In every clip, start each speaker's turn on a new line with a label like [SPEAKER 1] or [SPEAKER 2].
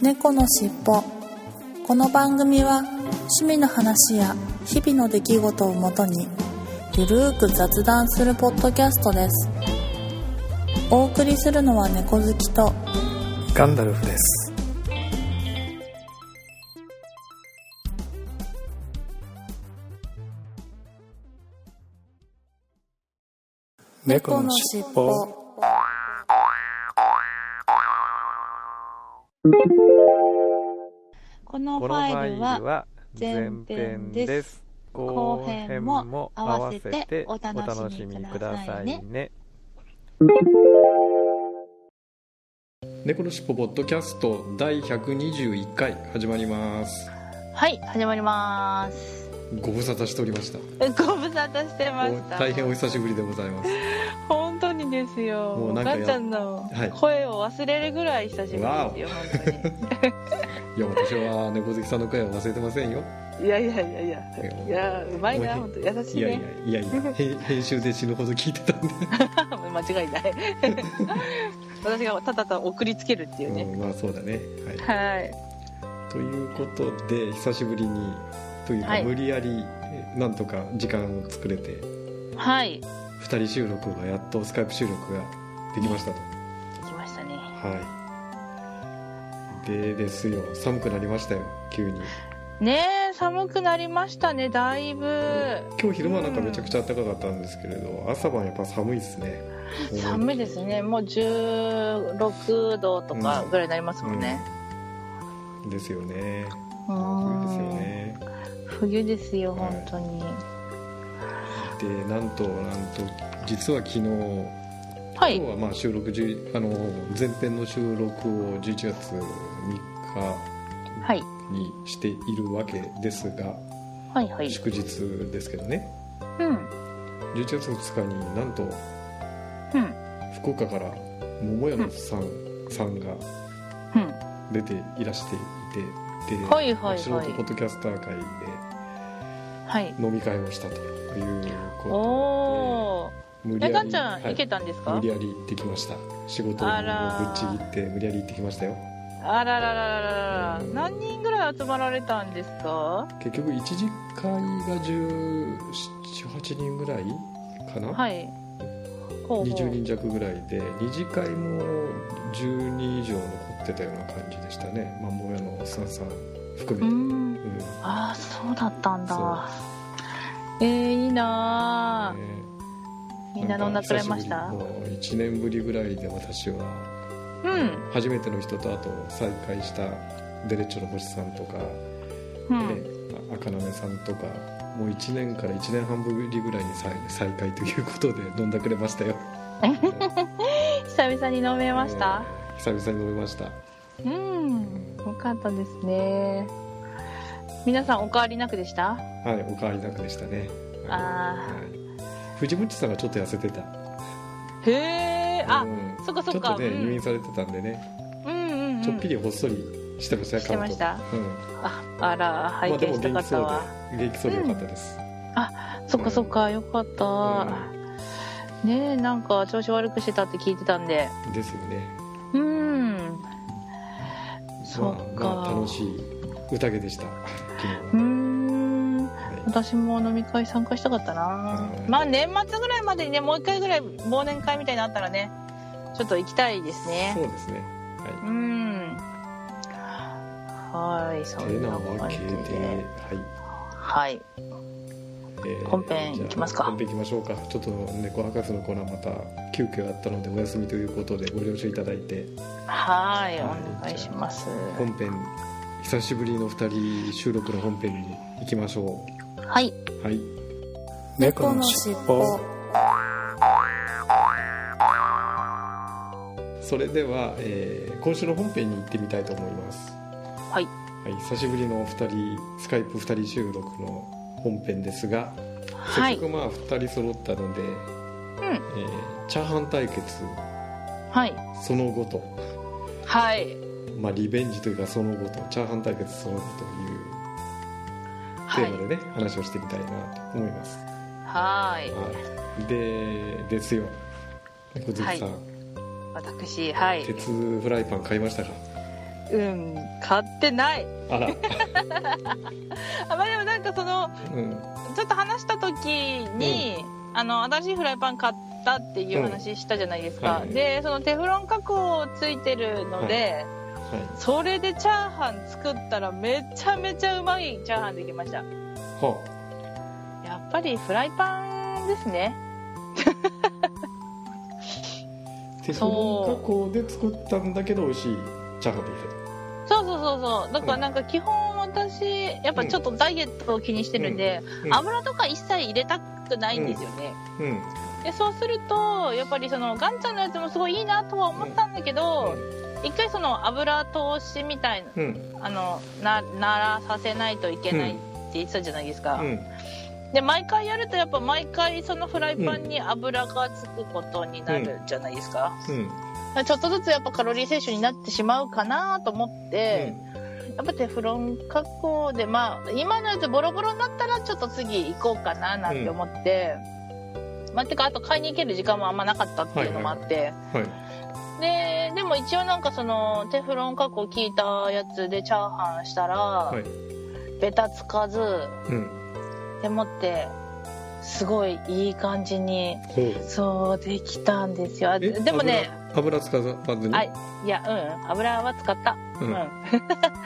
[SPEAKER 1] 猫のしっぽこの番組は趣味の話や日々の出来事をもとにゆるーく雑談するポッドキャストですお送りするのは猫好きと
[SPEAKER 2] ガンダルフです。猫のしっぽ。
[SPEAKER 3] こ
[SPEAKER 4] この
[SPEAKER 3] のフ
[SPEAKER 4] フ
[SPEAKER 3] ァ
[SPEAKER 4] ァ
[SPEAKER 3] イ
[SPEAKER 4] イ
[SPEAKER 3] ル
[SPEAKER 4] ル
[SPEAKER 3] は
[SPEAKER 4] は前編です。後編も合わせてお楽しみくださいね。
[SPEAKER 2] 猫のしっぽポッドキャスト第121回始まります。
[SPEAKER 3] はい始まります
[SPEAKER 2] ご無沙汰しておりました。
[SPEAKER 3] え ご無沙汰してまし
[SPEAKER 2] お
[SPEAKER 3] た
[SPEAKER 2] 大変お久しぶりでございます。
[SPEAKER 3] 本当にですよ
[SPEAKER 2] もうなんか
[SPEAKER 3] ガ
[SPEAKER 2] や
[SPEAKER 3] ンちゃんの
[SPEAKER 2] はい
[SPEAKER 3] 声を忘れるぐらい久しぶりですよ本
[SPEAKER 2] いや、私は猫好きさんの声は忘れてませんよ。
[SPEAKER 3] 当にいやいやいやいやいやうまいな
[SPEAKER 2] も
[SPEAKER 3] 本
[SPEAKER 2] う
[SPEAKER 3] 当優し
[SPEAKER 2] い
[SPEAKER 3] い
[SPEAKER 2] や
[SPEAKER 3] ね
[SPEAKER 2] いやいやいや、へん編集で死ぬほど聞いてたんで。
[SPEAKER 3] 間違いない私がただただ送りつけるっていうね、
[SPEAKER 2] うんまあそうだね。はい。
[SPEAKER 3] はい
[SPEAKER 2] ということで久しぶりにというか、
[SPEAKER 3] はい
[SPEAKER 2] 無理やりえなんとか時間を作れて
[SPEAKER 3] はいで
[SPEAKER 2] 2人収録がやっとスカイプ収録ができましたと
[SPEAKER 3] きましたね
[SPEAKER 2] はいでですよ寒くなりましたよ急に
[SPEAKER 3] ねえ寒くなりましたねだいぶ
[SPEAKER 2] 今日昼間なんかめちゃくちゃ暖かかったんですけれど、朝晩やっぱ寒いですね
[SPEAKER 3] 寒いですねもう16度とかぐらいになりますもんね、
[SPEAKER 2] うんですよね
[SPEAKER 3] う
[SPEAKER 2] 冬
[SPEAKER 3] ん
[SPEAKER 2] ですよね
[SPEAKER 3] 冬ですよ
[SPEAKER 2] はい
[SPEAKER 3] 本当に
[SPEAKER 2] でなんとなんと実は昨日
[SPEAKER 3] は
[SPEAKER 2] 今
[SPEAKER 3] い
[SPEAKER 2] 日はまあ収録じゅあの前編の収録を11月3
[SPEAKER 3] はい
[SPEAKER 2] 日にしているわけですが、
[SPEAKER 3] はいはい
[SPEAKER 2] 祝日ですけどね
[SPEAKER 3] うん
[SPEAKER 2] 11月2日になんと
[SPEAKER 3] うん
[SPEAKER 2] 福岡から桃屋のさん、さんが
[SPEAKER 3] うん
[SPEAKER 2] 出ていらしていてで、
[SPEAKER 3] はいはいはい
[SPEAKER 2] 素人ポッドキャスター会で
[SPEAKER 3] はい
[SPEAKER 2] 飲み会をしたという
[SPEAKER 3] お
[SPEAKER 2] こ
[SPEAKER 3] お
[SPEAKER 2] とで無
[SPEAKER 3] ーえかんちゃん
[SPEAKER 2] はい
[SPEAKER 3] 行けたんですか
[SPEAKER 2] 無理やり行ってきました仕事をぶ
[SPEAKER 3] あらー
[SPEAKER 2] っちぎって無理やり行ってきましたよ
[SPEAKER 3] あらららららら
[SPEAKER 2] うん
[SPEAKER 3] 何人ぐらい集まられたんですか
[SPEAKER 2] 結局一次会が1718人ぐらいかな、
[SPEAKER 3] はいほうほう
[SPEAKER 2] 20人弱ぐらいで二次会も10人以上残ってたような感じでしたねまあ桃屋のさんさん含
[SPEAKER 3] う
[SPEAKER 2] めて、
[SPEAKER 3] ん
[SPEAKER 2] うん
[SPEAKER 3] ああそうだったんだ
[SPEAKER 2] そ
[SPEAKER 3] えー、いいなー
[SPEAKER 2] ね
[SPEAKER 3] みんな飲んだくれました
[SPEAKER 2] なんか久ぶりもう1年ぶりぐらいで私は、
[SPEAKER 3] うん
[SPEAKER 2] 初めての人とあと再会したデレッチョの星さんとか、
[SPEAKER 3] う
[SPEAKER 2] ね
[SPEAKER 3] ん
[SPEAKER 2] あ赤なめさんとかもう1年から1年半ぶりぐらいに再再会ということで 飲んだくれましたよ
[SPEAKER 3] 久々に飲めました
[SPEAKER 2] えー久々に飲めました
[SPEAKER 3] うんよかったですね皆さんお変わりなくでした
[SPEAKER 2] はいおかわりなくでしたね
[SPEAKER 3] あー
[SPEAKER 2] はい、藤本さんがちょっと痩せてた
[SPEAKER 3] へえあ
[SPEAKER 2] うん
[SPEAKER 3] そっかそっ
[SPEAKER 2] ちょ
[SPEAKER 3] か
[SPEAKER 2] っとね、
[SPEAKER 3] うん
[SPEAKER 2] 入院されてたんでね
[SPEAKER 3] うんうんうん
[SPEAKER 2] ちょっぴりほっそりしてましたよ
[SPEAKER 3] してました
[SPEAKER 2] 顔とうん
[SPEAKER 3] ああら
[SPEAKER 2] ま
[SPEAKER 3] 拝
[SPEAKER 2] あで
[SPEAKER 3] 見
[SPEAKER 2] も元気
[SPEAKER 3] した方
[SPEAKER 2] そう
[SPEAKER 3] は、
[SPEAKER 2] で元気そうでよかったです、
[SPEAKER 3] そっかそっかよかった、ねえなんか調子悪くしてたって聞いてたんで
[SPEAKER 2] ですよね
[SPEAKER 3] うんそ
[SPEAKER 2] ま
[SPEAKER 3] っ
[SPEAKER 2] あ
[SPEAKER 3] か、
[SPEAKER 2] まあ楽しい宴でした昨日
[SPEAKER 3] うーん
[SPEAKER 2] は
[SPEAKER 3] 私も飲み会参加したかったな
[SPEAKER 2] うん
[SPEAKER 3] まあ年末ぐらいまでにねもう一回ぐらい忘年会みたいになのあったらねちょっと行きたいです
[SPEAKER 2] い
[SPEAKER 3] ね
[SPEAKER 2] そうですね
[SPEAKER 3] うんはいそ
[SPEAKER 2] て
[SPEAKER 3] ん
[SPEAKER 2] な
[SPEAKER 3] な
[SPEAKER 2] わ
[SPEAKER 3] 感
[SPEAKER 2] け
[SPEAKER 3] じ
[SPEAKER 2] で、
[SPEAKER 3] で
[SPEAKER 2] はい
[SPEAKER 3] はい
[SPEAKER 2] えー
[SPEAKER 3] 本編いきます
[SPEAKER 2] じ
[SPEAKER 3] か
[SPEAKER 2] ゃあ本編いきましょうかちょっと猫博士のコーナーまた急遽あったのでお休みということでご了承いただいて
[SPEAKER 3] は
[SPEAKER 2] は
[SPEAKER 3] い
[SPEAKER 2] い
[SPEAKER 3] お願いします
[SPEAKER 2] 本編久しぶりの2人収録の本編に行きましょ
[SPEAKER 3] はい、
[SPEAKER 2] うはい
[SPEAKER 1] 猫のしっぽ
[SPEAKER 2] それでは、えー今週の本編に行ってみたいと思います
[SPEAKER 3] はい
[SPEAKER 2] はい、久しぶりのお二人スカイプ2人収録の本編ですが、
[SPEAKER 3] は
[SPEAKER 2] せっ
[SPEAKER 3] い
[SPEAKER 2] かくまあ2人揃ったので、えーチャーハン対決
[SPEAKER 3] はい
[SPEAKER 2] その後と、
[SPEAKER 3] はい
[SPEAKER 2] まあ、リベンジというかその後とチャーハン対決その後と
[SPEAKER 3] は
[SPEAKER 2] いう
[SPEAKER 3] い
[SPEAKER 2] テーマでね、話をしてみたいなと思います、
[SPEAKER 3] はい
[SPEAKER 2] はい、でですよ猫月さん、
[SPEAKER 3] 私はい
[SPEAKER 2] 鉄フライパン買いましたか
[SPEAKER 3] うん買ってない
[SPEAKER 2] あ ら、
[SPEAKER 3] あまあでもなんかその
[SPEAKER 2] うん、
[SPEAKER 3] ちょっと話した時に、あの新しいフライパン買ったっていう話したじゃないですか、
[SPEAKER 2] うんはい
[SPEAKER 3] でそのテフロン加工ついてるので、
[SPEAKER 2] は
[SPEAKER 3] それでチャーハン作ったらめちゃめちゃうまいチャーハンできました
[SPEAKER 2] い、は
[SPEAKER 3] やっぱりフライパンですね
[SPEAKER 2] あテフロン加工で作ったんだけど美味しいチャーハンでき
[SPEAKER 3] そうそうそうそうだからなんか基本私やっぱちょっとダイエットを気にしてるんで、
[SPEAKER 2] うん
[SPEAKER 3] 油とか一切入れたくないんですよね、
[SPEAKER 2] たうん
[SPEAKER 3] でそうするとやっぱりそのガンちゃんのやつもすごいいいなとは思ったんだけど、一回その油通しみたいな
[SPEAKER 2] うん
[SPEAKER 3] あのなならさせないといけないって言ってたじゃないですか、
[SPEAKER 2] うん
[SPEAKER 3] で毎回やるとやっぱ毎回そのフライパンに油がつくことになるじゃないですか、
[SPEAKER 2] うん
[SPEAKER 3] ちょっとずつやっぱカロリー摂取になってしまうかなと思って、やっぱテフロン加工でまあ今のやつボロボロになったらちょっと次行こうかななんて思って、まあてかあと買いに行ける時間もあんまなかったっていうのもあって、
[SPEAKER 2] はい
[SPEAKER 3] ででも一応なんかそのテフロン加工効いたやつでチャーハンしたら、
[SPEAKER 2] はい
[SPEAKER 3] ベタつかず
[SPEAKER 2] うん
[SPEAKER 3] でもってすごいいい感じに
[SPEAKER 2] ほう
[SPEAKER 3] そうできたんですよあ
[SPEAKER 2] え
[SPEAKER 3] ででもね
[SPEAKER 2] 油油使わずに、
[SPEAKER 3] はいいやうん油は使った、
[SPEAKER 2] う
[SPEAKER 3] うん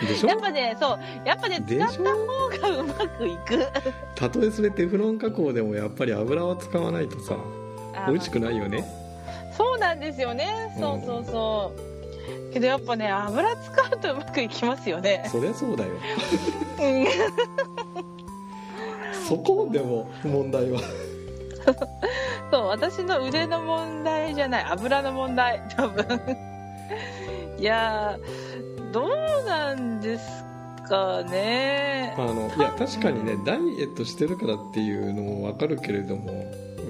[SPEAKER 2] ん、でしょ
[SPEAKER 3] やっぱねそうやっぱね使
[SPEAKER 2] で
[SPEAKER 3] った
[SPEAKER 2] しょ
[SPEAKER 3] 方がうまくいく
[SPEAKER 2] たとえそれテフロン加工でもやっぱり油は使わないとさ
[SPEAKER 3] あ
[SPEAKER 2] 美味しくないよね
[SPEAKER 3] そうなんですよねそうそうそうけどやっぱね油使うとうまくいきますよね
[SPEAKER 2] そりゃそうだよ
[SPEAKER 3] うん
[SPEAKER 2] そこでも問題は
[SPEAKER 3] そう私の腕の問題じゃない油の問題多分いやーどうなんですかね
[SPEAKER 2] あのいや確かにねダイエットしてるからっていうのも分かるけれども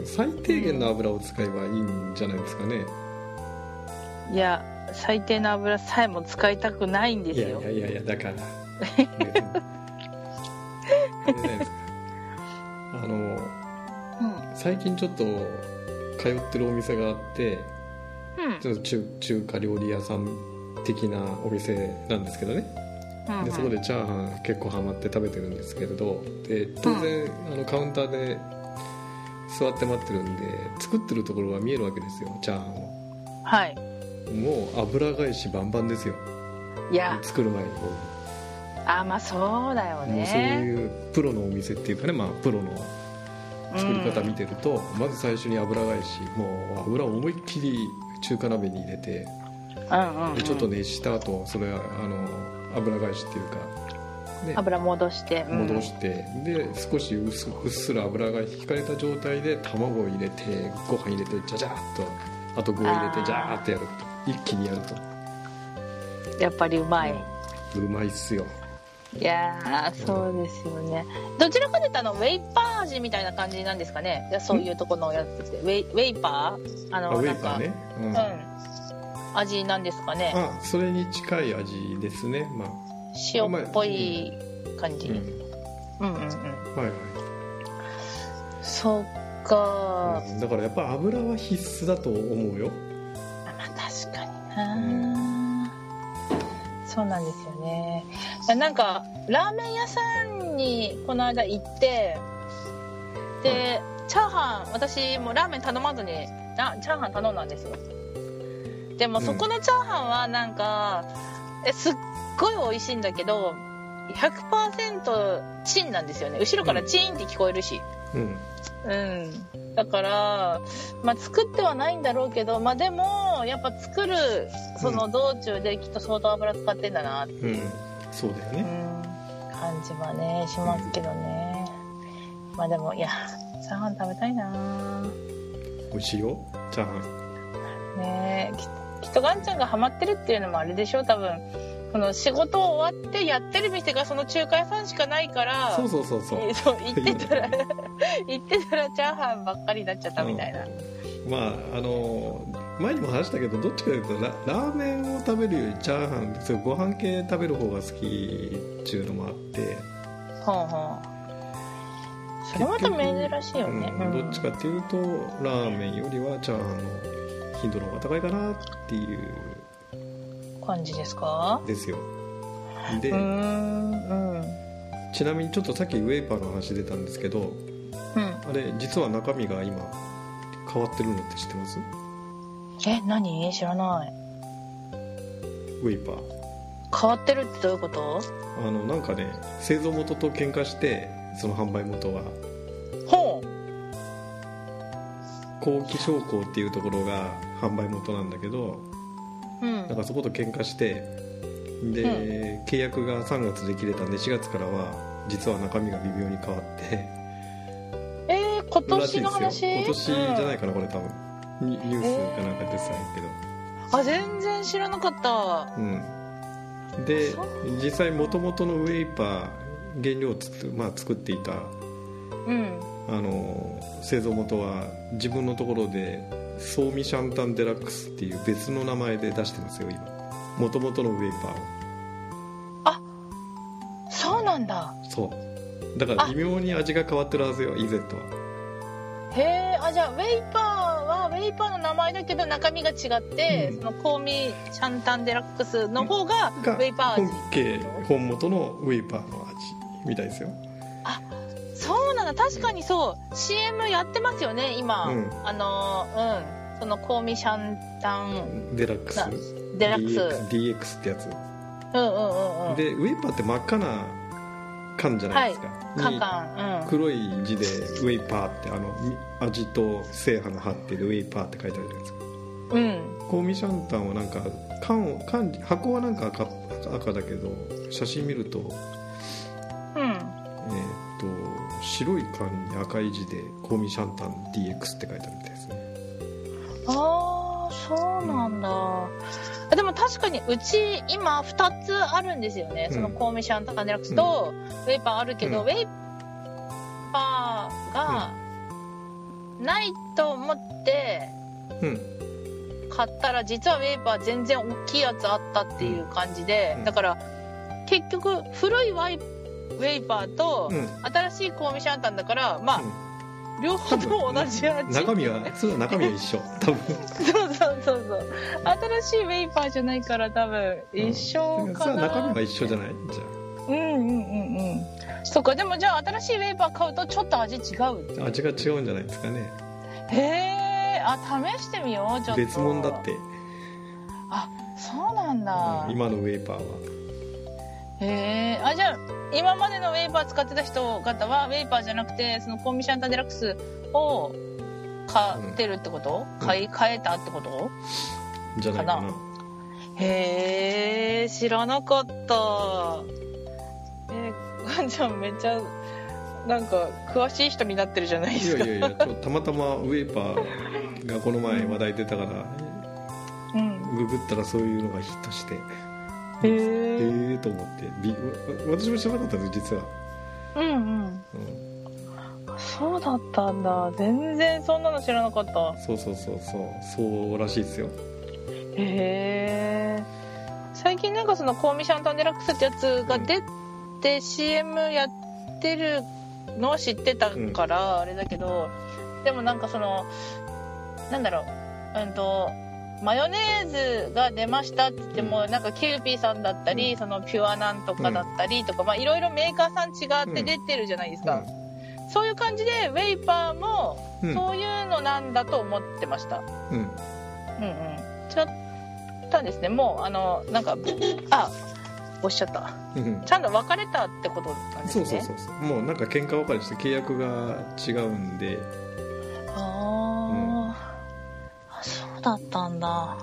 [SPEAKER 2] 最低限の油を使えばいいんじゃないですかね、
[SPEAKER 3] いや最低の油さえも使いたくないんで
[SPEAKER 2] い
[SPEAKER 3] す
[SPEAKER 2] やい
[SPEAKER 3] よ
[SPEAKER 2] やいやいやだからあれじゃないですかあの最近ちょっと通ってるお店があって
[SPEAKER 3] うん
[SPEAKER 2] ちょっと中中華料理屋さん的なお店なんですけどね
[SPEAKER 3] うん
[SPEAKER 2] でそこでチャーハン結構ハマって食べてるんですけれどで当然、あのカウンターで座って待ってるんで作ってるところが見えるわけですよチャーハンを
[SPEAKER 3] はい
[SPEAKER 2] もう油返しバンバンですよ
[SPEAKER 3] いや
[SPEAKER 2] 作る前に
[SPEAKER 3] あまあそうだよ
[SPEAKER 2] もうそう
[SPEAKER 3] ね
[SPEAKER 2] いうプロのお店っていうかね、まあ、プロの作り方見てると、まず最初に油返しもう油を思いっきり中華鍋に入れて
[SPEAKER 3] うんうんうん
[SPEAKER 2] でちょっと熱した後それはあの油返しっていうかね
[SPEAKER 3] 油戻して、うん
[SPEAKER 2] 戻して、で少しうっすうっすら油が引かれた状態で卵を入れてご飯入れてジャジャーっとあと具を入れ
[SPEAKER 3] あ
[SPEAKER 2] て
[SPEAKER 3] ー
[SPEAKER 2] ジャーっとやると一気にやると、
[SPEAKER 3] やっぱりうまい、
[SPEAKER 2] うまいっすよ
[SPEAKER 3] いやーそうですよねどちらかというとあのウェイパー味みたいな感じなんですかねいやそういうとこのやつってウェイウェイパーあ
[SPEAKER 2] あ
[SPEAKER 3] の
[SPEAKER 2] ウ
[SPEAKER 3] な
[SPEAKER 2] ェ
[SPEAKER 3] ん
[SPEAKER 2] イパ
[SPEAKER 3] か
[SPEAKER 2] ーね、う
[SPEAKER 3] うんん味なんですかね
[SPEAKER 2] あそれに近い味ですねまあ
[SPEAKER 3] 塩っぽい感じ、
[SPEAKER 2] うん
[SPEAKER 3] うんうんうん
[SPEAKER 2] はい
[SPEAKER 3] そっか
[SPEAKER 2] はい、うんだからやっぱ油は必須だと思うよ
[SPEAKER 3] まあ確かにな、そうなんですよねいやなんかラーメン屋さんにこの間行ってで、チャーハン私もうラーメン頼まずにラチャーハン頼んだんですよでも
[SPEAKER 2] うん
[SPEAKER 3] そこのチャーハンはなんか、えすっごい美味しいんだけど100%チンなんですよね後ろからチンって聞こえるし、
[SPEAKER 2] うん
[SPEAKER 3] うん、だから、まあ、作ってはないんだろうけど、まあ、でもやっぱ作るその道中できっと相当油使ってんだなって
[SPEAKER 2] う
[SPEAKER 3] い
[SPEAKER 2] ん
[SPEAKER 3] う、
[SPEAKER 2] そうだよ
[SPEAKER 3] うん
[SPEAKER 2] ね、
[SPEAKER 3] 感じはねしますけどね、まあでもいやチャーハン食べたいな
[SPEAKER 2] 美味しいよチャーハン
[SPEAKER 3] ねえきっときっとガンちゃんがハマってるっていうのもあれでしょ多分その仕事終わってやってる店がその中華屋さんしかないから
[SPEAKER 2] そうそうそうそう
[SPEAKER 3] そう行ってたら 行ってたらチャーハンばっかりになっちゃったみたいな、
[SPEAKER 2] うんまああの前にも話したけどどっちかというとララーメンを食べるよりチャーハンそういうご飯系食べる方が好きっていうのもあって、
[SPEAKER 3] ほうほうそれまた珍しいよ
[SPEAKER 2] うん
[SPEAKER 3] ね、
[SPEAKER 2] どっちかっていうとラーメンよりはチャーハンの頻度の方が高いかなっていう
[SPEAKER 3] 感じですか
[SPEAKER 2] ですよで
[SPEAKER 3] うーんうん
[SPEAKER 2] ちなみにちょっとさっきウェーパーの話出たんですけど
[SPEAKER 3] うん
[SPEAKER 2] あれ実は中身が今変わってるのって知ってます
[SPEAKER 3] え何知らない
[SPEAKER 2] ウェーパー
[SPEAKER 3] 変わってるってどういうこと
[SPEAKER 2] あのなんかね製造元と喧嘩してその販売元は
[SPEAKER 3] ほ
[SPEAKER 2] 後期商工っていうところが販売元なんだけど
[SPEAKER 3] ううん
[SPEAKER 2] なんかそこと喧嘩してで、契約が3月で切れたんで4月からは実は中身が微妙に変わって
[SPEAKER 3] えー、今
[SPEAKER 2] らし
[SPEAKER 3] 年
[SPEAKER 2] いで
[SPEAKER 3] の
[SPEAKER 2] す
[SPEAKER 3] 話、
[SPEAKER 2] よ今年じゃないいかなこれ多分ニニュースかなんか出てたんやけど、
[SPEAKER 3] うんあ全然知らなかった
[SPEAKER 2] うん、で
[SPEAKER 3] そ
[SPEAKER 2] 実際元々のウェイパー原料をつく、まあ、作っていた
[SPEAKER 3] うん
[SPEAKER 2] あの製造元は自分のところでソーミシャンタンデラックスっていう別の名前で出してますよ今元々のウェイパーを
[SPEAKER 3] そうなんだ
[SPEAKER 2] そうだから微妙に味が変わってるはずよ EZ は
[SPEAKER 3] へえあじゃあウェイパーはウェイパーの名前だけど中身が違って、
[SPEAKER 2] うん
[SPEAKER 3] その香味シャンタンデラックスの方がウ
[SPEAKER 2] が
[SPEAKER 3] ェイパー味
[SPEAKER 2] 本家本元のウェイパーの味みたいですよ
[SPEAKER 3] そうなんだ確かにそう CM やってますよね今、
[SPEAKER 2] うん
[SPEAKER 3] あのーうんその香味シャンタン
[SPEAKER 2] デラックス
[SPEAKER 3] なデラックス
[SPEAKER 2] DX, DX ってやつ、
[SPEAKER 3] うんうんうんうん
[SPEAKER 2] でウェイパーって真っ赤な缶じゃないですか、
[SPEAKER 3] カン
[SPEAKER 2] に
[SPEAKER 3] カンうん
[SPEAKER 2] 黒い字でウェイパーってあのみ味と制覇の葉っていうウェイパーって書いてあるじゃないですか
[SPEAKER 3] うん
[SPEAKER 2] 香味シャンタンはなんか缶を缶箱はなんか赤赤だけど写真見ると
[SPEAKER 3] うん
[SPEAKER 2] えーっと白い缶に赤い字で「香味シャンタン DX」って書いてあるみたいですね
[SPEAKER 3] ああそうなんだ、あでも確かにうち今2つあるんですよね、
[SPEAKER 2] うん
[SPEAKER 3] その香味シャンタンデラックスとウェイパーあるけど、
[SPEAKER 2] うん
[SPEAKER 3] ウェイパーがないと思って
[SPEAKER 2] うん
[SPEAKER 3] 買ったら実はウェイパー全然大きいやつあったっていう感じで、
[SPEAKER 2] うん
[SPEAKER 3] だから結局古いワイウェイパーと
[SPEAKER 2] うん
[SPEAKER 3] 新しい香味シャンタンだからまあ、両方とも同じ味
[SPEAKER 2] 中身はそうだ中身は一緒多分
[SPEAKER 3] そうそうそうそう新しいウェイパーじゃないから多分一緒か
[SPEAKER 2] うん
[SPEAKER 3] な、
[SPEAKER 2] さあ中身は一緒じゃないじゃ
[SPEAKER 3] うんうんうんうんそっかでもじゃあ新しいウェイパー買うとちょっと味違う
[SPEAKER 2] あ味が違うんじゃないですかね
[SPEAKER 3] へえあ試してみようちょっと
[SPEAKER 2] 別物だって、
[SPEAKER 3] あそうなんだ、
[SPEAKER 2] うん今のウェイパーは
[SPEAKER 3] へえあじゃあ今までのウェイパー使ってた人方はウェイパーじゃなくてそのコンビシャンタデラックスを買ってるってこと、
[SPEAKER 2] うん
[SPEAKER 3] 買い買えたってこと
[SPEAKER 2] じゃないかな
[SPEAKER 3] かへえ知らなかったえー、ちゃんめっちゃなんか詳しい人になってるじゃないで
[SPEAKER 2] いや
[SPEAKER 3] すか
[SPEAKER 2] いやいやちょたまたまウェイパーがこの前話題出たから
[SPEAKER 3] うん
[SPEAKER 2] ググったらそういうのがヒットして
[SPEAKER 3] へ
[SPEAKER 2] え
[SPEAKER 3] え
[SPEAKER 2] ーと思ってび私も知らなかったです実は、
[SPEAKER 3] うんうん
[SPEAKER 2] うん、
[SPEAKER 3] そうだったんだ全然そんなの知らなかった
[SPEAKER 2] そうそうそうそうそうらしいですよ
[SPEAKER 3] へえ最近なんかそのコーミシャンタンデラックスってやつが出て CM やってるのを知ってたからあれだけど、でもなんかそのなんだろううんとマヨネーズが出ましたって言っても、なんかキューピーさんだったり、
[SPEAKER 2] う
[SPEAKER 3] そのピュアなんとかだったりとか、まあいろいろメーカーさん違って出てるじゃないですか、そういう感じでウェイパーも
[SPEAKER 2] うん
[SPEAKER 3] そういうのなんだと思ってました、
[SPEAKER 2] うん
[SPEAKER 3] うんうん。ちょったんですね。もうあのなんかあ、おっしゃった。
[SPEAKER 2] うん
[SPEAKER 3] ちゃんと別れたってことなんです
[SPEAKER 2] そう
[SPEAKER 3] ね。
[SPEAKER 2] そうそうそうもうなんか喧嘩別れして契約が違うんで
[SPEAKER 3] あー、あそうだったんだ。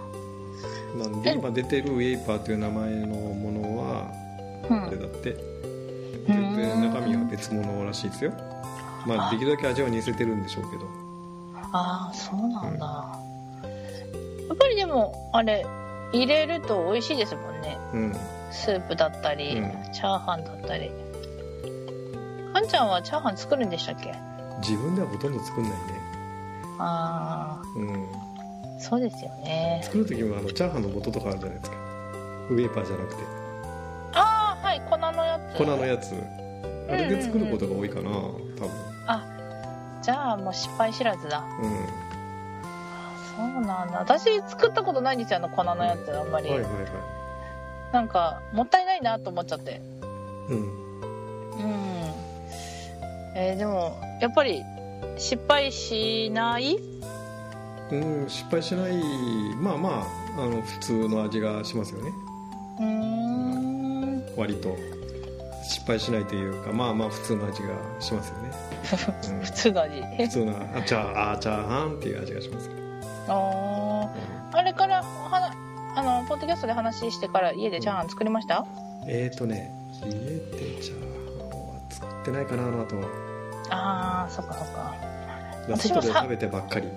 [SPEAKER 2] なんで
[SPEAKER 3] え
[SPEAKER 2] 今出てるウェイパーという名前のものは
[SPEAKER 3] う
[SPEAKER 2] あれ
[SPEAKER 3] ん。
[SPEAKER 2] だって全然中身は別物らしいですよまあできるだけ味は似せてるんでしょうけど
[SPEAKER 3] ああそうなんだ。やっぱりでもあれ入れると美味しいですもんね。
[SPEAKER 2] うん
[SPEAKER 3] スープだったり、
[SPEAKER 2] うん
[SPEAKER 3] チャーハンだったり。かんちゃんはチャーハン作るんでしたっけ？
[SPEAKER 2] 自分ではほとんど作んないね
[SPEAKER 3] あ
[SPEAKER 2] うん
[SPEAKER 3] あそうですよね。
[SPEAKER 2] 作る時もあのチャーハンの素とかあるじゃないですかウェイパーじゃなくて
[SPEAKER 3] ああはい粉のやつ。
[SPEAKER 2] 粉のやつあれで作ることが多いかな多分
[SPEAKER 3] じゃあもう失敗知らずだ
[SPEAKER 2] うん
[SPEAKER 3] そうなんだ私作ったことないんですよあの粉のやつあんまり、
[SPEAKER 2] はいはいは
[SPEAKER 3] なんかもったいないなと思っちゃって
[SPEAKER 2] うん
[SPEAKER 3] うんえーでもやっぱり失敗しない
[SPEAKER 2] うん、失敗しないまあまああの普通の味がしますよね
[SPEAKER 3] うーん
[SPEAKER 2] 割と失敗しないというかまあまあ普通の味がしますよね、うん
[SPEAKER 3] 普通の味
[SPEAKER 2] 普通のあチャーあチャーハンっていう味がします
[SPEAKER 3] あーあれからお話あのポッドキャストで話してから家でチャーハン作りました、
[SPEAKER 2] えーとね家でチャーハンは作ってないかなあの後
[SPEAKER 3] ああそっかそっか
[SPEAKER 2] ラ
[SPEAKER 3] 私
[SPEAKER 2] スト
[SPEAKER 3] もさ
[SPEAKER 2] で食べてばっかり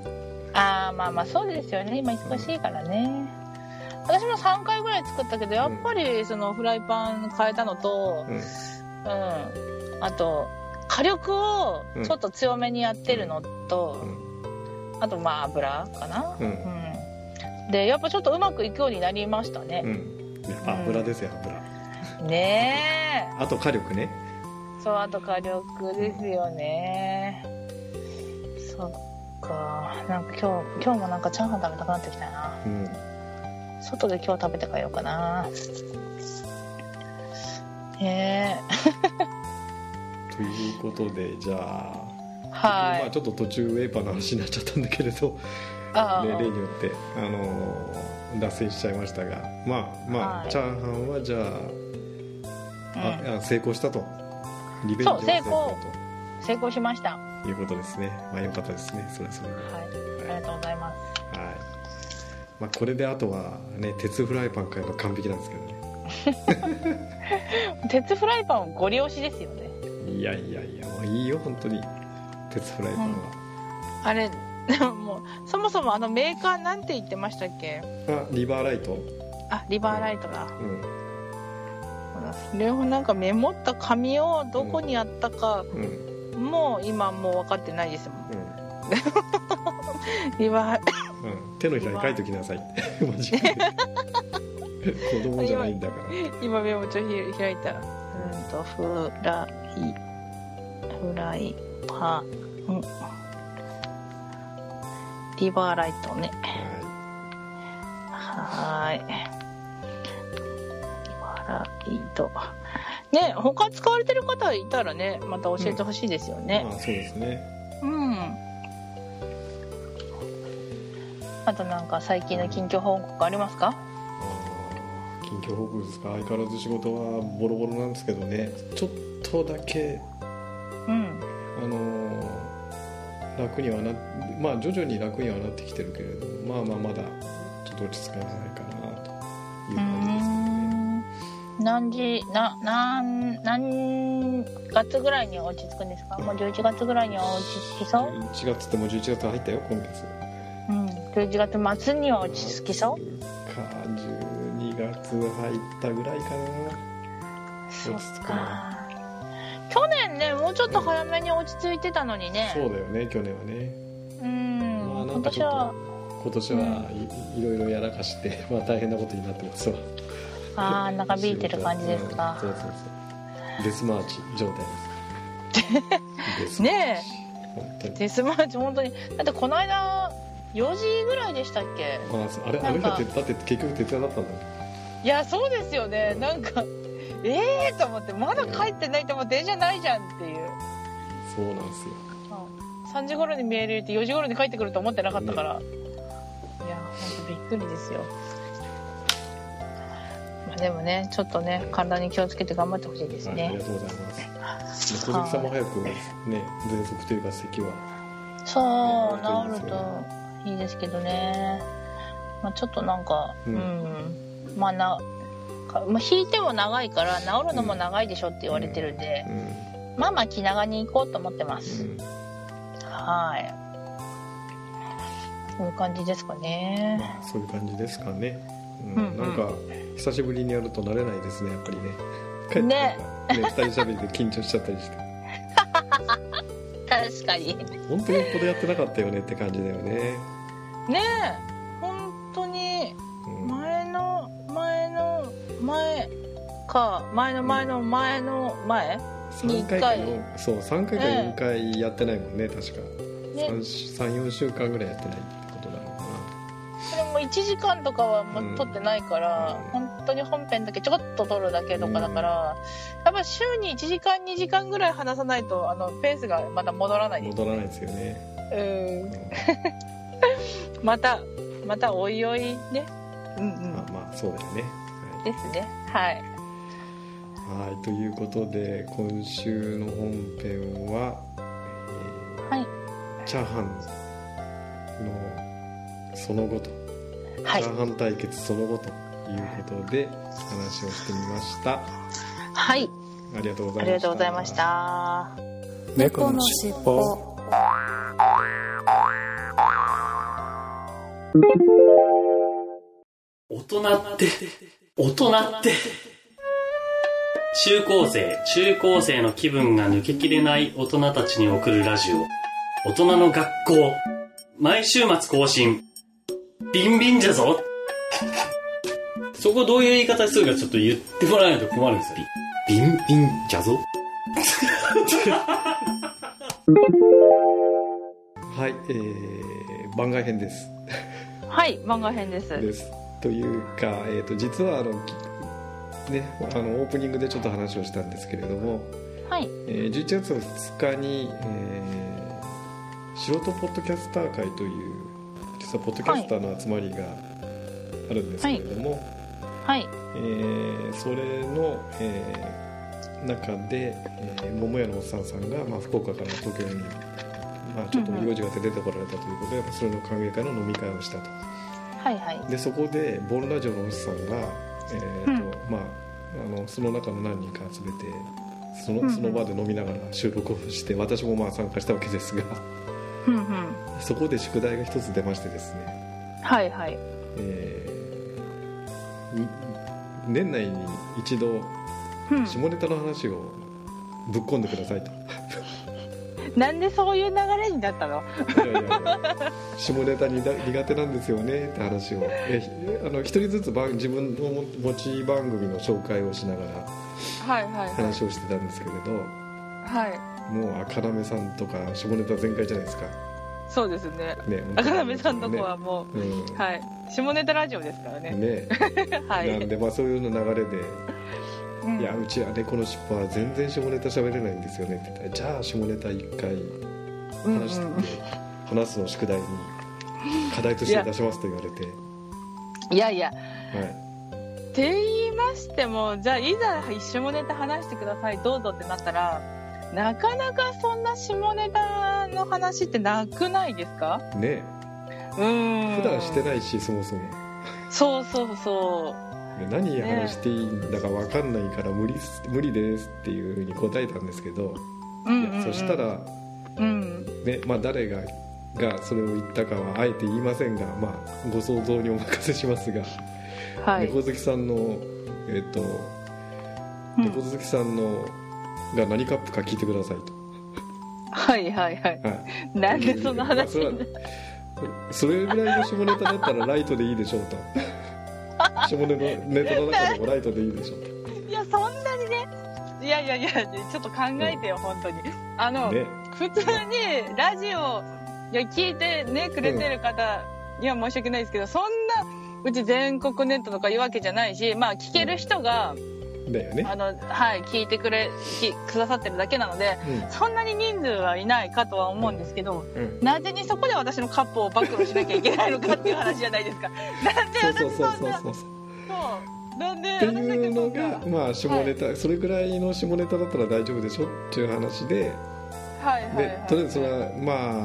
[SPEAKER 3] ああまあまあそうですよね今忙しいからね私も3回ぐらい作ったけどやっぱりそのフライパン変えたのと
[SPEAKER 2] うん
[SPEAKER 3] うん、あと火力をちょっと強めにやってるのと、あとまあ油かな
[SPEAKER 2] うん
[SPEAKER 3] うんでやっぱちょっとうまくいくようになりました
[SPEAKER 2] う
[SPEAKER 3] ね、
[SPEAKER 2] んいや油ですよ油
[SPEAKER 3] ねえ
[SPEAKER 2] あと火力ね
[SPEAKER 3] そうあと火力ですよねそっかなんか今日今日もなんかチャーハン食べたくなってきたな
[SPEAKER 2] うん
[SPEAKER 3] 外で今日食べて帰ようかなね
[SPEAKER 2] ということでじゃあ
[SPEAKER 3] えは
[SPEAKER 2] まあ
[SPEAKER 3] い
[SPEAKER 2] ちょっと途中ウェーパーの話になっちゃったんだけれど、
[SPEAKER 3] あ
[SPEAKER 2] ね、
[SPEAKER 3] ー
[SPEAKER 2] 例によって、あのー脱線しちゃいましたがまあまあ、
[SPEAKER 3] はい
[SPEAKER 2] チャーハンはじゃあ,、
[SPEAKER 3] う
[SPEAKER 2] あ成功したとリベンジ
[SPEAKER 3] そう
[SPEAKER 2] を成功
[SPEAKER 3] 成ん、成功しましたは
[SPEAKER 2] ということですねまあよかったですねそれそれはい、
[SPEAKER 3] いありがとうございます
[SPEAKER 2] まあ、これであとはね鉄フライパン買えば完璧なんですけど
[SPEAKER 3] 鉄フライパンをご利用しですよね
[SPEAKER 2] ねいやいやいやもういいよ本当に鉄フライパンは、
[SPEAKER 3] あれ でももうそもそもあのメーカーなんて言ってましたっけ
[SPEAKER 2] あリバーライト
[SPEAKER 3] あリバーライトだ
[SPEAKER 2] うん
[SPEAKER 3] それをなんかメモった紙をどこにあったか、
[SPEAKER 2] うんうん
[SPEAKER 3] もう今もう分かってないですもんリバー
[SPEAKER 2] うん、手のひらに書いときなさい ってマジで子供じゃないんだから
[SPEAKER 3] 今メモ帳ひ開いたうんとフライフライパンリバーライトね
[SPEAKER 2] は
[SPEAKER 3] はーいリバーライトね他使われてる方いたらねまた教えてほしいですよ
[SPEAKER 2] い、
[SPEAKER 3] ね
[SPEAKER 2] まあそうですね
[SPEAKER 3] うんあとなんか最近の近況報告ありますか
[SPEAKER 2] あー近況報告ですか相変わらず仕事はボロボロなんですけどねちょっとだけ
[SPEAKER 3] うん
[SPEAKER 2] あのー楽にはなまあ徐々に楽にはなってきてるけれどまあまあまだちょっと落ち着かないかなという
[SPEAKER 3] う
[SPEAKER 2] 感じですけどね
[SPEAKER 3] ーん何時な何何月ぐらいに落ち着くんですかもう11月ぐらいには落ち着きそう、
[SPEAKER 2] 1月ってもう11月入ったよ今月
[SPEAKER 3] うん、11月末には落ち着きそう
[SPEAKER 2] か12月入ったぐらいか
[SPEAKER 3] そ
[SPEAKER 2] 落
[SPEAKER 3] っ
[SPEAKER 2] ち着く
[SPEAKER 3] か
[SPEAKER 2] な
[SPEAKER 3] 去年ねもうちょっと早めに落ち着いてたのに
[SPEAKER 2] なそ
[SPEAKER 3] ね
[SPEAKER 2] うだよね去年はね
[SPEAKER 3] うん、
[SPEAKER 2] まあな
[SPEAKER 3] 今
[SPEAKER 2] んか
[SPEAKER 3] 年
[SPEAKER 2] ちょっと
[SPEAKER 3] は
[SPEAKER 2] 今年はい,、ろいろやらかして、 まあ、大変なことになってますわ
[SPEAKER 3] ああ長引いてる感じですか
[SPEAKER 2] うんそうそうそうデスマーチ状態 です
[SPEAKER 3] ね
[SPEAKER 2] え本当に
[SPEAKER 3] デスマーチ本当にだってこの間4時ぐらいでしたっけ
[SPEAKER 2] まあそう、あれ
[SPEAKER 3] なんか
[SPEAKER 2] あれだってだって結局徹夜だったんだもん
[SPEAKER 3] いやそうですよねなんか ええー、と思ってまだ帰ってないともう電車ないじゃんっていう
[SPEAKER 2] そうなんですよ
[SPEAKER 3] 3時頃にメール入れて4時頃に帰ってくると思ってなかったから、いや本当びっくりですよまあでもねちょっとね体に気をつけて頑張ってほしいです
[SPEAKER 2] はいあり
[SPEAKER 3] ね
[SPEAKER 2] がとうございます小関さんも早くね喘息というか咳は
[SPEAKER 3] そう
[SPEAKER 2] ね
[SPEAKER 3] 治るといいですけどね、まあ、ちょっとなんかう
[SPEAKER 2] うん
[SPEAKER 3] ん、まあなかまあ、引いても長いから治るのも長いでしょって言われてるんで、
[SPEAKER 2] うん、
[SPEAKER 3] まあまあ気長に行こうと思ってます、
[SPEAKER 2] うん
[SPEAKER 3] はいこういう感じですかね、
[SPEAKER 2] まあ、そういう感じですかね、うん
[SPEAKER 3] うんうん
[SPEAKER 2] なんか久しぶりにやると慣れないですねやっぱりね帰って
[SPEAKER 3] ね
[SPEAKER 2] くるからね二人喋りで緊張しちゃったりして
[SPEAKER 3] 確かに
[SPEAKER 2] 本当によっぽどやってなかったよねって感じだよね、
[SPEAKER 3] ねえ本当に
[SPEAKER 2] うん、
[SPEAKER 3] 前の前の前か前の前の前の前
[SPEAKER 2] 3回か4そう3回か
[SPEAKER 3] うん
[SPEAKER 2] 4回やってないもんね確か
[SPEAKER 3] ね
[SPEAKER 2] 34週間ぐらいやってないってことなのか
[SPEAKER 3] それもも1時間とかはま
[SPEAKER 2] うん
[SPEAKER 3] 撮ってないから、
[SPEAKER 2] う
[SPEAKER 3] 本当に本編だけちょこっと撮るだけとかだから、やっぱ週に1時間2時間ぐらい話さないとあのペースがまた戻らないです
[SPEAKER 2] 戻らないですよね、
[SPEAKER 3] うん
[SPEAKER 2] う
[SPEAKER 3] またまたおいおいねうんうん
[SPEAKER 2] ん、まあまあそうだよね、はい
[SPEAKER 3] ですねはい
[SPEAKER 2] はい、ということで今週の本編は、え
[SPEAKER 3] はい
[SPEAKER 2] ーチャーハンのその後と、
[SPEAKER 3] はい
[SPEAKER 2] チャーハン対決その後ということで話をしてみましたあ
[SPEAKER 3] はい
[SPEAKER 2] りがとうござ
[SPEAKER 3] あ
[SPEAKER 2] いました
[SPEAKER 3] りがとうございました。
[SPEAKER 1] 猫のしっぽ
[SPEAKER 5] 大人って、大人って。中高生、中高生の気分が抜けきれない大人たちに送るラジオ。大人の学校。毎週末更新。ビンビンじゃぞ。そこどういう言い方するかちょっと言ってもらわないと困るんですよ。ビンビンじゃぞ。
[SPEAKER 2] はい、えー番外編です
[SPEAKER 3] はい、漫画編です。
[SPEAKER 2] ですというか、えー、と実はあのきねあのオープニングでちょっと話をしたんですけれども、
[SPEAKER 3] はい、
[SPEAKER 2] えー11月2日に、えー素人ポッドキャスター会という実はポッドキャスターの集まりがあるんですけれども、
[SPEAKER 3] はい、
[SPEAKER 2] えーそれの、えー中で、えー桃屋のおっさんさんが、まあ、福岡から東京に、まあ、ちょっと
[SPEAKER 3] うんうん
[SPEAKER 2] 用事があって出てこられたということで、それの歓迎会の飲み会をしたと。
[SPEAKER 3] はい、はい。
[SPEAKER 2] でそこでボールラジオのおじさんが、えーとまあ、あのその中の何人か集めてそ
[SPEAKER 3] うんう
[SPEAKER 2] の
[SPEAKER 3] ん
[SPEAKER 2] その場で飲みながら収録をして私もまあ参加したわけですが
[SPEAKER 3] うんうん。
[SPEAKER 2] そこで宿題が一つ出ましてですね、
[SPEAKER 3] はい、はい。
[SPEAKER 2] えーに年内に一度
[SPEAKER 3] うん。
[SPEAKER 2] 下ネタの話をぶっ込んでくださ いと、
[SPEAKER 3] なんでそういう流れになったの。
[SPEAKER 2] いやいやいや下ネタにだ苦手なんですよねって話をえひあの一人ずつ番自分の持ち番組の紹介をしながら
[SPEAKER 3] はい、はい、はい。
[SPEAKER 2] 話をしてたんですけれど
[SPEAKER 3] は
[SPEAKER 2] もう赤なめさんとか下ネタ全開じゃないですか
[SPEAKER 3] い。そうですね。
[SPEAKER 2] ね
[SPEAKER 3] 赤鍋さんとこはも
[SPEAKER 2] ね,、うん
[SPEAKER 3] う、はい、下ネタラジオですからね。
[SPEAKER 2] ね
[SPEAKER 3] はい。
[SPEAKER 2] なんでまあそういうの流れで「
[SPEAKER 3] うん
[SPEAKER 2] いやうちはねこの尻尾は全然下ネタ喋れないんですよね」って言ったら「じゃあ下ネタ一回
[SPEAKER 3] うんうん
[SPEAKER 2] 話して、話すの宿題に課題として出します」と言われて、
[SPEAKER 3] いやいや、
[SPEAKER 2] は
[SPEAKER 3] って言いましても、じゃあ、いざ下ネタ話してください、どうぞってなったら。なかなかそんな下ネタの話ってなくないですか。
[SPEAKER 2] い、ね
[SPEAKER 3] うん。
[SPEAKER 2] 普段してないしそもそも。
[SPEAKER 3] そうそうそう。
[SPEAKER 2] で何話していいんだか分かんないから無理っす無理ですっていうふうに答えたんですけど、
[SPEAKER 3] うん
[SPEAKER 2] いやそした、ら
[SPEAKER 3] うん、
[SPEAKER 2] ねまあ、誰ががそれを言ったかはあえて言いませんが、まあ、ご想像にお任せしますが、
[SPEAKER 3] はい、
[SPEAKER 2] 猫好きさんの、えっと
[SPEAKER 3] うん
[SPEAKER 2] 猫好きさんのが何カップか聞いてくださいと。
[SPEAKER 3] はいはいはい
[SPEAKER 2] は
[SPEAKER 3] なんでその話
[SPEAKER 2] まあ
[SPEAKER 3] にな
[SPEAKER 2] それぐらいの下ネタだったらライトでいいでしょう と下ネタネタの中でもライトでいいでしょうと
[SPEAKER 3] いやそんなにねいやいやいやちょっと考えてよ本当にあの、
[SPEAKER 2] ね
[SPEAKER 3] 普通にラジオいや聞いてねくれてる方には申し訳ないですけどそんなうち全国ネットとかいうわけじゃないしまあ聞ける人が、
[SPEAKER 2] だよね
[SPEAKER 3] あのはい聞いてくれきくださってるだけなので
[SPEAKER 2] うん
[SPEAKER 3] そんなに人数はいないかとは思うんですけど、
[SPEAKER 2] うん
[SPEAKER 3] なぜにそこで私のカップを暴露しなきゃいけないのかっていう話じゃないで すか。なんで
[SPEAKER 2] そう
[SPEAKER 3] 私
[SPEAKER 2] そ
[SPEAKER 3] そ
[SPEAKER 2] うんそう
[SPEAKER 3] な
[SPEAKER 2] そうそう
[SPEAKER 3] そうなんで
[SPEAKER 2] って
[SPEAKER 3] 私だ
[SPEAKER 2] い
[SPEAKER 3] け
[SPEAKER 2] う
[SPEAKER 3] そ
[SPEAKER 2] の
[SPEAKER 3] んな
[SPEAKER 2] がまあ下ネタ、それぐらいの下ネタだったら大丈夫でしょっていう話で
[SPEAKER 3] はいはいは
[SPEAKER 2] で
[SPEAKER 3] い
[SPEAKER 2] とりあえずそれは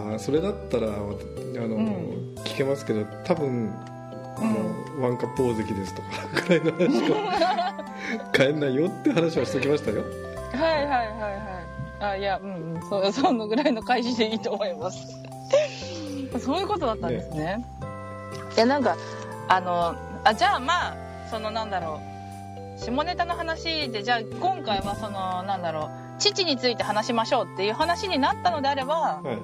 [SPEAKER 2] まあそれだったらあの、
[SPEAKER 3] ん
[SPEAKER 2] 聞けますけど多分あの、ワンカップ大関ですとか ぐらいの話しか 変えんないよって話はしときましたよ
[SPEAKER 3] はいはいはいはいあいやうんうんそうそのぐらいの開示でいいと思います そういうことだったんですねいやなんかあのあじゃあまあそのなんだろう下ネタの話でじゃあ今回はそのなんだろう父について話しましょうっていう話になったのであれば
[SPEAKER 2] はい、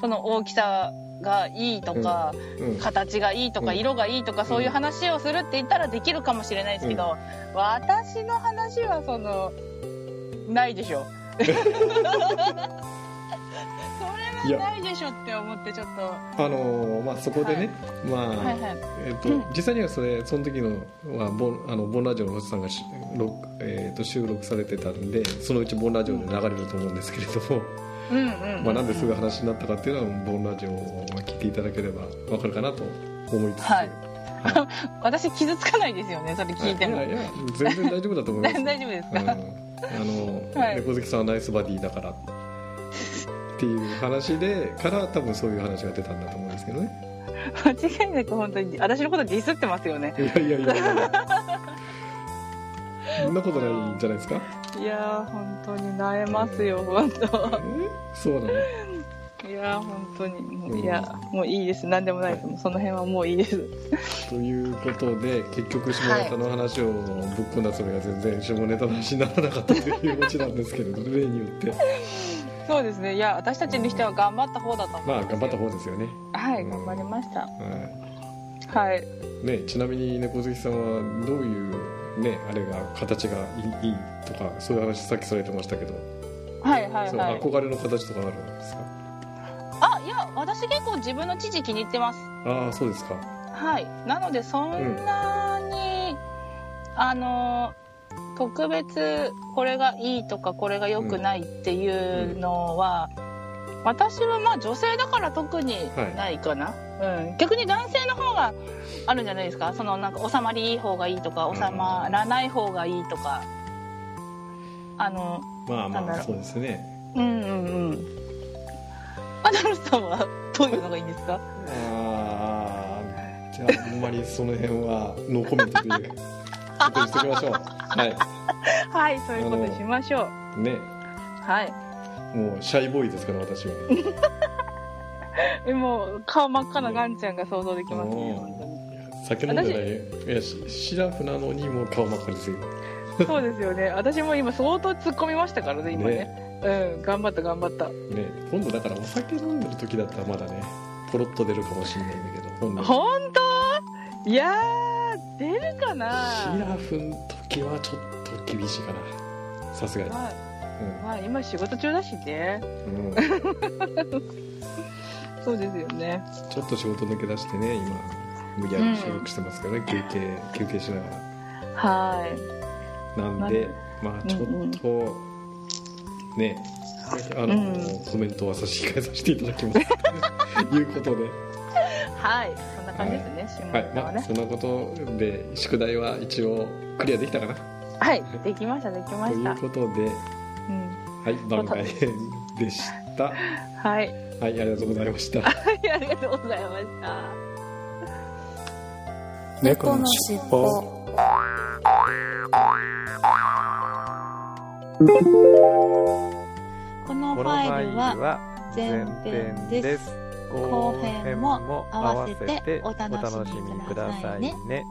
[SPEAKER 3] その大きさがいいとか、
[SPEAKER 2] うん、
[SPEAKER 3] 形がいいとか
[SPEAKER 2] うん
[SPEAKER 3] 色がいいとかそういう話をするって言ったらできるかもしれないですけど、私の話はそ のないでしょそれはれないでしょって思ってちょっと
[SPEAKER 2] あのーまあそこでね、まあ、
[SPEAKER 3] はいはい
[SPEAKER 2] えっと
[SPEAKER 3] うん
[SPEAKER 2] 実際にはそれその時のはボンあのボンラジオの星さんがし録えっと収録されてたんでそのうちボンラジオで流れると思うんですけれど も、
[SPEAKER 3] うんうん
[SPEAKER 2] まあ、なんですぐ話になったかっていうのはボンラジオを聞いていただければわかるかなと思いつつ、
[SPEAKER 3] はい私傷つかないですよねそれ聞いても、
[SPEAKER 2] やや全然大丈夫だと思います
[SPEAKER 3] 大丈夫です
[SPEAKER 2] うん、あ
[SPEAKER 3] か、
[SPEAKER 2] の、
[SPEAKER 3] はい
[SPEAKER 2] 猫好きさんはナイスバディだからっていう話でから多分そういう話が出たんだと思うんですけどね
[SPEAKER 3] 間違いなく本当に私のことディスってますよね
[SPEAKER 2] いやいやいやいやそんなことないんじゃないですか
[SPEAKER 3] いやー本当になえますよ本当
[SPEAKER 2] えそうなの
[SPEAKER 3] いやー本当にもういやもういいです何でもないですもうその辺はもういいです
[SPEAKER 2] ということで結局下ネタの話をぶっ込んだつもりが全然下ネタの話にならなかったというオチなんですけれど例によって
[SPEAKER 3] そうですねいや私たちにしては頑張った方だと思
[SPEAKER 2] まあ頑張った
[SPEAKER 3] 方
[SPEAKER 2] 方ですよね、
[SPEAKER 3] はい
[SPEAKER 2] うん
[SPEAKER 3] 頑張りました
[SPEAKER 2] はい
[SPEAKER 3] はい
[SPEAKER 2] ね、ちなみに猫好きさんはどういう、ね、あれが形がいいいいとかそういう話さっきされてましたけど、
[SPEAKER 3] はいはい
[SPEAKER 2] そ
[SPEAKER 3] は
[SPEAKER 2] の
[SPEAKER 3] い
[SPEAKER 2] 憧れの形とかあるんですか
[SPEAKER 3] あいや私結構自分の父気に入ってます
[SPEAKER 2] ああそうですか
[SPEAKER 3] はいなのでそんなに、あの特別これがいいとかこれが良くないっていうのは、私はまあ女性だから特にないかな、うん、逆に男性の方があるんじゃないですかそのなんか収まりいい方がいいとか
[SPEAKER 2] ん
[SPEAKER 3] 収まらない方がいいとか、あの
[SPEAKER 2] まあ
[SPEAKER 3] なんだ
[SPEAKER 2] ま
[SPEAKER 3] ろ
[SPEAKER 2] あ
[SPEAKER 3] う
[SPEAKER 2] そうですね
[SPEAKER 3] うんうんうんアダルさんはどういうのがいいんですか
[SPEAKER 2] ああじゃああんまりその辺はノーコメント ということにしておきましょうは
[SPEAKER 3] はいそういうことにしましょう
[SPEAKER 2] いね
[SPEAKER 3] はい
[SPEAKER 2] もうシャイボーイですから私は
[SPEAKER 3] えもう顔真っ赤なガンちゃんが想像できますね、
[SPEAKER 2] うん
[SPEAKER 3] 本
[SPEAKER 2] 酒飲んでないいやしシラフなのにもう顔真っ赤ですよ
[SPEAKER 3] 当にそうですよね私も今相当突っ込みましたからね今ねうん頑張った頑張った
[SPEAKER 2] ね今度だからお酒飲んでる時だったらまだねポロッと出るかもしれないんだけど本シ
[SPEAKER 3] 本当いやー出るかな
[SPEAKER 2] ラフの時はちょっと厳しいかなさすがに、
[SPEAKER 3] まあ、まあ、今仕事中だしね
[SPEAKER 2] うんうん、
[SPEAKER 3] そうですよね
[SPEAKER 2] ちょっと仕事抜け出してね今無理やり収録してますからね、休憩休憩しなが
[SPEAKER 3] は
[SPEAKER 2] らなんでまあちょっと、ねあの、
[SPEAKER 3] うん
[SPEAKER 2] コメントは差し控えさせていただきます ということで
[SPEAKER 3] いはいそんな感じですね下
[SPEAKER 2] はい
[SPEAKER 3] ネタ
[SPEAKER 2] ま
[SPEAKER 3] は
[SPEAKER 2] あ
[SPEAKER 3] ね
[SPEAKER 2] そんなことで宿題は一応クリアできたかな
[SPEAKER 3] はい、できましたできま
[SPEAKER 2] と
[SPEAKER 3] し
[SPEAKER 2] い
[SPEAKER 3] た
[SPEAKER 2] うことで
[SPEAKER 3] うん
[SPEAKER 2] はい、番外編でした。は
[SPEAKER 3] はい
[SPEAKER 2] い、ありがとうございました。
[SPEAKER 3] ありがとうございました
[SPEAKER 1] 猫のしっぽ。
[SPEAKER 4] こ
[SPEAKER 6] このフ
[SPEAKER 4] のファ
[SPEAKER 6] ァイ
[SPEAKER 4] イル
[SPEAKER 6] ルは
[SPEAKER 4] は前
[SPEAKER 6] 前
[SPEAKER 4] 編
[SPEAKER 6] 編
[SPEAKER 4] で
[SPEAKER 6] ですす
[SPEAKER 4] 後編も合わせてお
[SPEAKER 6] お
[SPEAKER 4] 楽
[SPEAKER 6] 楽
[SPEAKER 4] し
[SPEAKER 6] し
[SPEAKER 4] み
[SPEAKER 6] み
[SPEAKER 4] く
[SPEAKER 6] く
[SPEAKER 4] だ
[SPEAKER 6] だ
[SPEAKER 4] さ
[SPEAKER 6] さ
[SPEAKER 4] い
[SPEAKER 6] い
[SPEAKER 4] ね
[SPEAKER 6] ね